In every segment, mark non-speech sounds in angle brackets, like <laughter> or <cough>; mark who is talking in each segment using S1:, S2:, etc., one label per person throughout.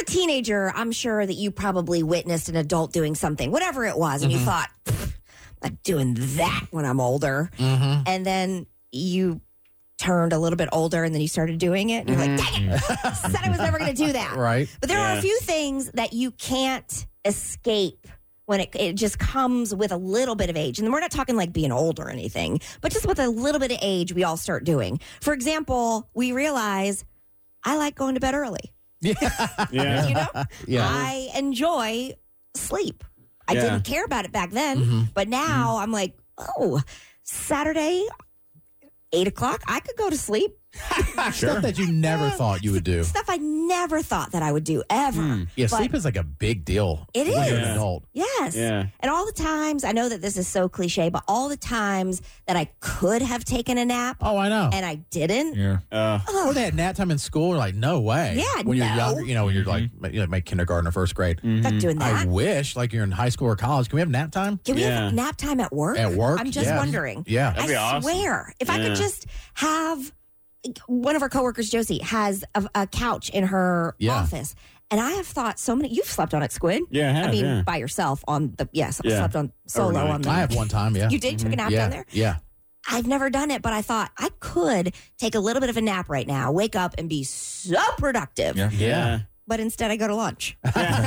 S1: a teenager, I'm sure that you probably witnessed an adult doing something, whatever it was, and you thought, "Pfft, I'm not doing that when I'm older.
S2: Mm-hmm.
S1: And then you turned a little bit older and then you started doing it. And you're like, dang it, <laughs> said I was never going to do that.
S2: Right.
S1: But there are a
S3: Yeah.
S1: few things that you can't escape when it, it just comes with a little bit of age. And we're not talking like being old or anything, but just with a little bit of age, we all start doing. For example, we realize I like going to bed early.
S3: <laughs> Yeah.
S1: You know,
S2: Yeah.
S1: I enjoy sleep. I
S3: Yeah.
S1: didn't care about it back then,
S2: Mhm.
S1: but now I'm like, oh, Saturday, eight o'clock, I could go to sleep.
S3: Mm-hmm. Sure.
S2: Stuff that you never thought you would do.
S1: Stuff I never thought that I would do ever.
S3: Mm.
S2: Yeah,
S1: But-
S2: sleep is like a big deal.
S1: It
S2: when you're an
S3: is.
S2: adult.
S1: Yes.
S3: Yeah.
S1: And all the times, I know that this is so cliche, but all the times that I could have taken a nap
S2: Oh, I know.
S1: and I didn't. oh,
S4: Yeah.
S3: Uh,
S2: or
S1: Ugh.
S2: they had nap time in school. You're like, no way.
S1: Yeah,
S2: When you're
S1: no.
S2: younger, you know, when you're like,
S3: Mm-hmm.
S2: my, you know, my kindergarten or first grade.
S1: I'm not
S3: mhm.
S1: doing
S2: Mm. I
S1: that.
S2: wish, like, you're in high school or college. Can we have nap time?
S1: Can we
S3: Yeah.
S1: have nap time at work?
S2: At work?
S1: I'm just
S2: Yeah.
S1: wondering.
S2: Yeah.
S3: That'd be
S1: I
S3: awesome.
S1: swear, if I
S3: Yeah.
S1: could just have one of our coworkers, Josie, has a, a couch in her
S2: Yeah.
S1: office, and I have thought so many. You've slept on it, Squid.
S3: Yeah, I have,
S1: I mean,
S3: yeah.
S1: by yourself on the yes, I
S3: Yeah.
S1: slept on solo
S3: Overnight.
S1: on the.
S2: I have one time. Yeah.
S1: Mm-hmm. You did took a nap
S2: yeah.
S1: down there.
S2: Yeah.
S1: I've never done it, but I thought I could take a little bit of a nap right now, wake up and be so productive.
S4: Yeah.
S2: Yeah.
S1: But instead, I go to lunch.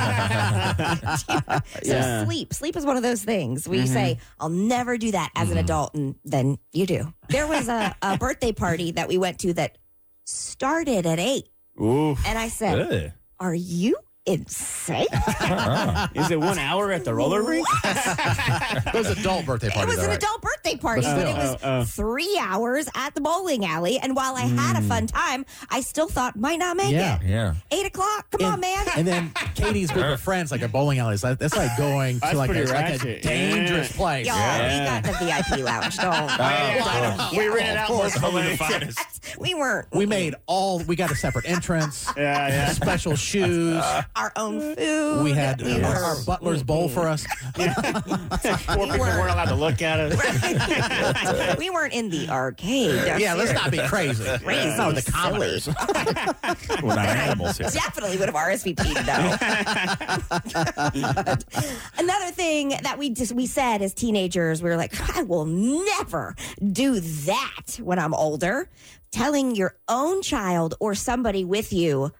S3: <laughs> Yeah.
S1: so
S3: Yeah.
S1: sleep, sleep is one of those things where you say, "I'll never do that as an adult," and then you do. There was a, a birthday party that we went to that started at eight,
S3: Ooh.
S1: and I said,
S4: Ugh.
S1: "Are you insane?"
S4: Uh-uh.
S3: Is it one hour at the roller rink?
S2: It was an adult birthday party.
S1: It was
S2: though,
S1: an
S2: right?
S1: adult birthday party,
S2: But
S1: but, it
S3: still.
S1: was
S3: Oh, oh.
S1: three hours at the bowling alley. And while I had a fun time, I still thought might not make
S2: Yeah.
S1: it.
S4: Yeah.
S1: Eight o'clock, come on, man.
S2: <laughs> And then Katie's group of friends, like a bowling alley. So that's like going to
S3: That's
S2: like a,
S3: pretty
S2: like a
S3: ratchet.
S2: dangerous
S3: Yeah.
S2: place.
S1: Y'all,
S3: Yeah.
S1: we got the VIP lounge. Don't.
S3: Oh, we rented out multiple minutes.
S1: we weren't.
S2: We made all. We got a separate entrance.
S3: <laughs> Yeah, yeah.
S2: Special shoes.
S1: Our own food.
S2: We had uh,
S1: were-
S2: our butler's bowl for us.
S3: <laughs> Poor people weren't allowed to look at
S1: <laughs>
S3: it.
S1: we weren't in the arcade. I'm
S2: Yeah, let's
S1: serious.
S2: not be crazy.
S1: Crazy,
S2: No, the
S1: silly.
S2: commoners.
S4: <laughs> We're not animals here.
S1: Definitely would have
S2: <laughs>
S1: RSVP'd though. <laughs> Another thing that we just we said as teenagers, we were like, I will never do that when I'm older. Telling your own child or somebody with you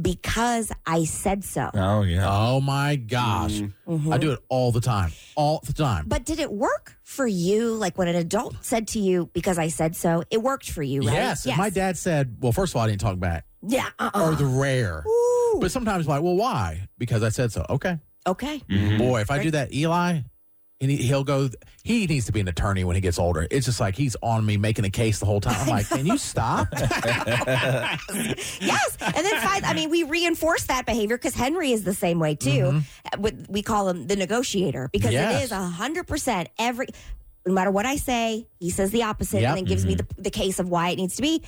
S1: because I said so.
S4: Oh,
S1: <laughs>
S4: yeah.
S2: Oh my <laughs> gosh.
S1: Mhm.
S2: I do it all the time. All the time.
S1: But did it work for you? Like when an adult said to you, because I said so, it worked for you, right?
S2: Yes. If my dad said, well, first of all, I didn't talk back,
S1: Yeah.
S2: or
S1: Uh-uh.
S2: the rare.
S1: Ooh.
S2: Oh, But sometimes, like, well, why? Because I said so. Okay.
S1: okay.
S3: Mm-hmm.
S2: Boy, if I do that, Eli, and he, he'll go, he needs to be an attorney when he gets older. It's just like he's on me making a case the whole time. I'm like, can you stop? <laughs>
S1: Yes. And then find, I mean, we reinforce that behavior because Henry is the same way too. What We call him the negotiator because
S2: Mm-hmm.
S1: it
S2: Yes.
S1: is 100% every, no matter what I say, he says the opposite
S2: Yep. Mm-hmm.
S1: and then gives me the, the case of why it needs to be.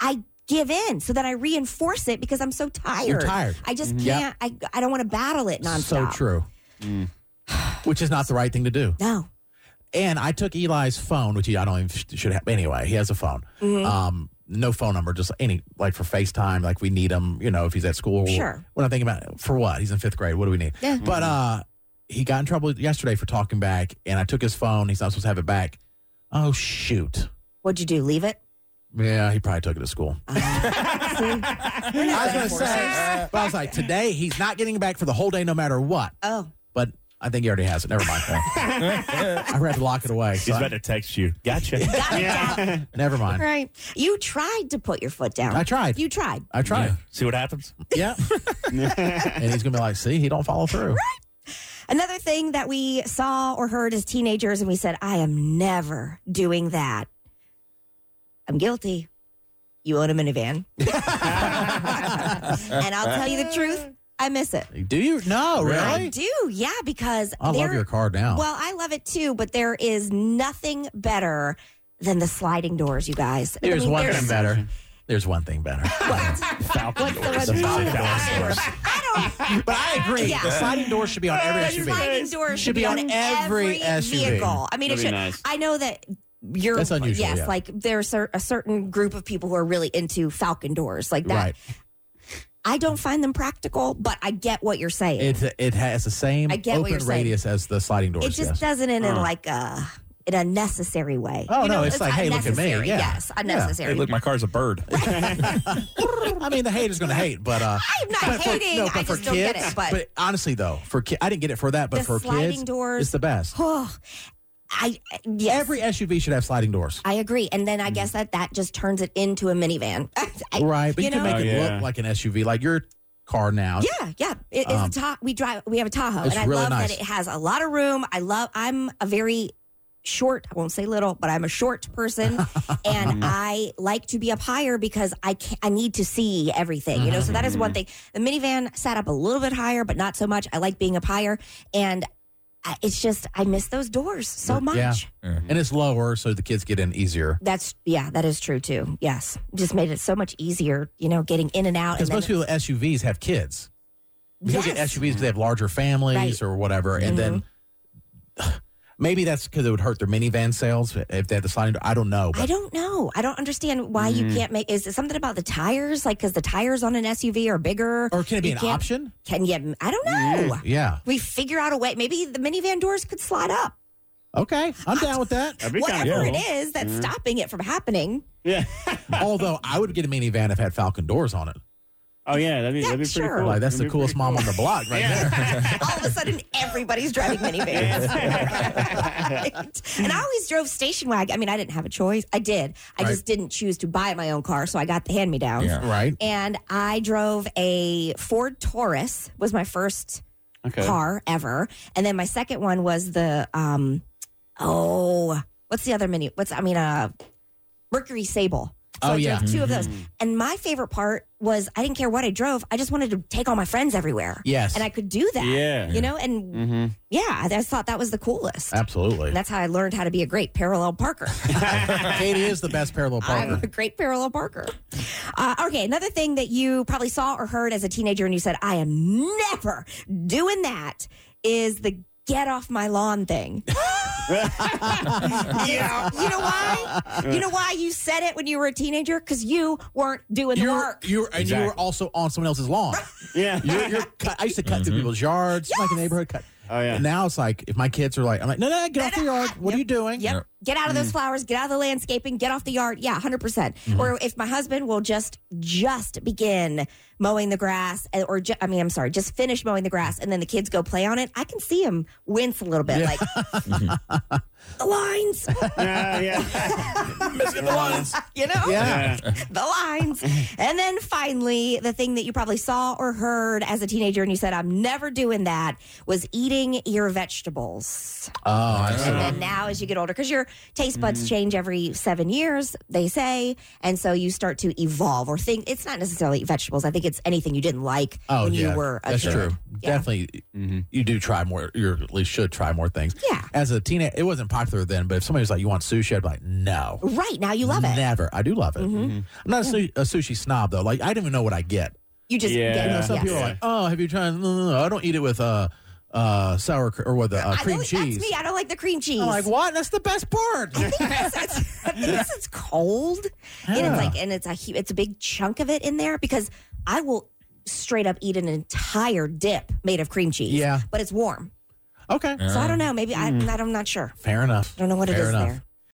S1: I give in so that I reinforce it because I'm so tired.
S2: You're tired. Mm,
S1: I just
S2: Yep.
S1: can't, I, I don't want to battle it nonstop.
S2: So true. Which is not the right thing to do.
S1: No.
S2: And I took Eli's phone, which he, I don't even sh- should have. Anyway, he has a phone.
S1: Mm-hmm.
S2: Um, no phone number, just any like for FaceTime. Like we need him, you know, if he's at school.
S1: Sure.
S2: When I think about it, for what he's in fifth grade, what do we need?
S1: Yeah. Mm-hmm.
S2: But uh, he got in trouble yesterday for talking back, and I took his phone. He's not supposed to have it back. Oh shoot!
S1: What'd you do? Leave
S2: <laughs>
S1: it? Uh,
S2: Yeah, he probably took it to school. I was going to say, <laughs> but I was like, today he's not getting it back for the whole day, no matter what.
S1: Oh,
S2: But I think he already has it. Never
S1: <laughs>
S2: mind. I had to lock it away. so
S4: He's
S2: I-
S4: about to text you. Gotcha.
S3: <laughs> Yeah.
S2: never mind.
S1: right. You tried to put your foot down.
S2: I tried.
S1: You tried.
S2: I tried.
S4: See what
S3: <laughs>
S4: happens?
S2: Yeah. and he's going to be like, see, he don't
S1: <laughs>
S2: follow through.
S1: Another thing that we saw or heard as teenagers, and we said, I am never doing that. I'm guilty. You own a minivan. <laughs> and I'll tell you the truth, I miss it.
S2: Do you? No, really?
S1: I do, yeah, because
S2: I love
S1: there-
S2: your car now.
S1: Well, I love it too, but there is nothing better than the sliding doors, you guys. I
S2: There's
S1: mean,
S2: one
S1: there's-
S2: thing better. There's one thing
S1: <laughs>
S2: better.
S4: Falcon doors.
S1: the one-
S4: Falcon doors.
S1: I don't
S2: but I agree.
S1: Yeah.
S2: The sliding door should be on every
S1: The
S2: SUV.
S1: sliding door should be on every
S2: SUV.
S1: vehicle. I mean, it
S3: That'd be
S1: should.
S3: nice.
S1: I know that you're.
S2: That's unusual,
S1: Yes,
S2: yeah.
S1: like there's a, a certain group of people who are really into Falcon doors, like that.
S2: Right.
S1: I don't find them practical, but I get what you're saying.
S2: It it has the same
S1: I get what
S2: open
S1: you're saying.
S2: radius as the sliding doors.
S1: it just
S2: yes. Uh-huh.
S1: doesn't in a, like a in a necessary way.
S2: Oh, no, it's like, hey, look at me.
S1: unnecessary.
S2: Yeah.
S1: Yes,
S2: Yeah.
S1: unnecessary.
S4: Hey, look, my car's a bird.
S2: I mean, the hater's going to hate, but uh,
S1: I'm not
S2: but for-
S1: hating.
S2: no,
S1: I
S2: but
S1: just
S2: for
S1: don't
S2: kids,
S1: get it. But,
S2: honestly, though, for ki- I didn't get it for that, but
S1: The
S2: for
S1: sliding
S2: kids,
S1: doors-
S2: it's the best.
S1: oh, <sighs> I yes.
S2: Every Mm-hmm. SUV should have sliding doors,
S1: I agree, and then I guess that that just turns it into a minivan. <laughs> I-
S2: right? But you,
S1: you know-
S2: can make
S4: Oh,
S2: it
S4: yeah.
S2: look like an SUV, like your car now.
S1: yeah, yeah. It, it's a
S2: Um,
S1: ta- we drive. We have a Tahoe,
S2: it's
S1: and I
S2: really
S1: love
S2: nice.
S1: that it has a lot of room. I love. I'm a very short. I won't say little, but I'm a short
S2: <laughs>
S1: person, and I like to be up higher because I can I need to see everything. You know, so that is
S2: Mm-hmm.
S1: one thing. The minivan sat up a little bit higher, but not so much. I like being up higher, and I, it's just I miss those doors so much.
S2: Yeah. and it's lower, so the kids get in easier.
S1: That's yeah, that is true too. Yes, just made it so much easier, you know, getting in and out. And
S2: Because
S1: then,
S2: most people with SUVs have kids. People get
S1: Yes.
S2: SUVs because they have larger families
S1: Right. Mm-hmm.
S2: or whatever, and then. <sighs> Maybe that's because it would hurt their minivan sales if they had the sliding door. I don't know. But
S1: I don't know. I don't understand why you can't make. Is it something about the tires? Like, because the tires on an SUV are bigger?
S2: Or can it be
S1: You
S2: an
S1: can't-
S2: option?
S1: Can you? I don't know.
S2: Yeah.
S1: We figure out a way. Maybe the minivan doors could slide up.
S2: Okay. I'm down with
S1: <laughs>
S2: that. <laughs>
S3: That'd be kind
S1: Whatever
S3: of
S1: it
S3: cool.
S1: is that's stopping it from happening.
S3: Yeah.
S2: Although I would get a minivan if it had Falcon doors on it.
S3: Oh yeah, that'd be, that'd be
S1: Yeah,
S3: pretty
S1: sure.
S3: cool.
S2: Like that's the
S3: That'd Oh, be
S2: coolest
S3: pretty
S2: mom on the block right
S3: <laughs>
S2: there.
S1: All of a sudden, everybody's driving minivans. <laughs> Right. And I always drove station wagon. I mean, I didn't have a choice. I did. I
S2: Right.
S1: just didn't choose to buy my own car, so I got the hand me downs.
S4: Yeah.
S2: right.
S1: And I drove a Ford Taurus. Was my first
S3: Okay.
S1: car ever. And then my second one was the um oh what's the other mini what's I mean uh Mercury Sable. So
S2: Oh,
S1: I
S2: yeah.
S1: drove two of those. And my favorite part was I didn't care what I drove. I just wanted to take all my friends everywhere.
S2: Yes. Mm.
S1: And I could do that.
S3: Yeah.
S1: You know, and
S3: Mm-hmm.
S1: yeah, I just thought that was the coolest.
S2: Absolutely.
S1: And that's how I learned how to be a great parallel parker.
S2: <laughs> Katie is the best parallel
S1: I'm a
S2: partner.
S1: great parallel parker. Uh, okay, another thing that you probably saw or heard as a teenager and you said, I am never doing that is the get off my lawn thing. <laughs> You know why? You know why you said it when you were a teenager? Because you weren't doing the
S2: You're,
S1: work.
S2: you're, and you
S3: Exactly.
S2: were also on someone
S1: <laughs>
S2: else's lawn.
S3: yeah.
S2: You're, you're cut, I used to cut through
S3: Mm-hmm.
S2: people's yards, like a neighborhood cut.
S3: Oh, yeah. <laughs>
S2: And now it's like if my kids are like, I'm like, no, no, get off the yard. What are you doing?
S1: Yep. Get out of those flowers. Get out of the landscaping. Get off the yard. Yeah, 100%. percent Or if my husband will just just begin mowing the grass and- or ju- I mean, I'm sorry, just finish mowing the grass and then the kids go play on it, I can see him wince a little bit like the lines, <laughs>
S3: Yeah, yeah.
S2: Missing the lines.
S1: you know?
S2: Yeah.
S1: the lines. And then finally, the thing that you probably saw or heard as a teenager and you said, I'm never doing that, was eating your vegetables.
S2: Oh, I
S1: And
S2: see. <laughs>
S1: then now, as you get older, because your taste buds
S2: Mm.
S1: change every seven years, they say. And so you start to evolve or think it's not necessarily vegetables. I think it's anything you didn't like
S2: Oh,
S1: when
S2: yeah.
S1: you were a
S2: That's
S1: kid.
S2: true.
S1: Yeah.
S2: Definitely, you do try more, you at least should try more things.
S1: Yeah.
S2: As a teenager, it wasn't popular then, but if somebody was like, you want sushi, I'd be like, no.
S1: Right now, you love it. Mm-hmm.
S2: Never. I do love it. I'm not a, su- a sushi snob though. Like I don't even know what I get.
S1: You just
S3: Yeah.
S1: get
S2: You know,
S1: it.
S2: some
S1: yes.
S2: people are like, "Oh, have you tried?" No, no, no. I don't eat it with uh, uh, sour cr- or with uh,
S1: I
S2: cream
S1: don't,
S2: cheese.
S1: That's me. I don't like the cream cheese.
S2: I'm like, what? That's the best part.
S1: Yes, it's- I think
S2: <laughs>
S1: it's, it's cold, and
S2: Yeah.
S1: it's like, and it's a hu- it's a big chunk of it in there because I will straight up eat an entire dip made of cream cheese.
S2: Yeah.
S1: but it's warm,
S2: <laughs> okay,
S1: so I don't know. Maybe I, I'm not- I'm not sure.
S2: fair enough.
S1: I don't know what it
S2: fair
S1: is
S2: enough.
S1: there.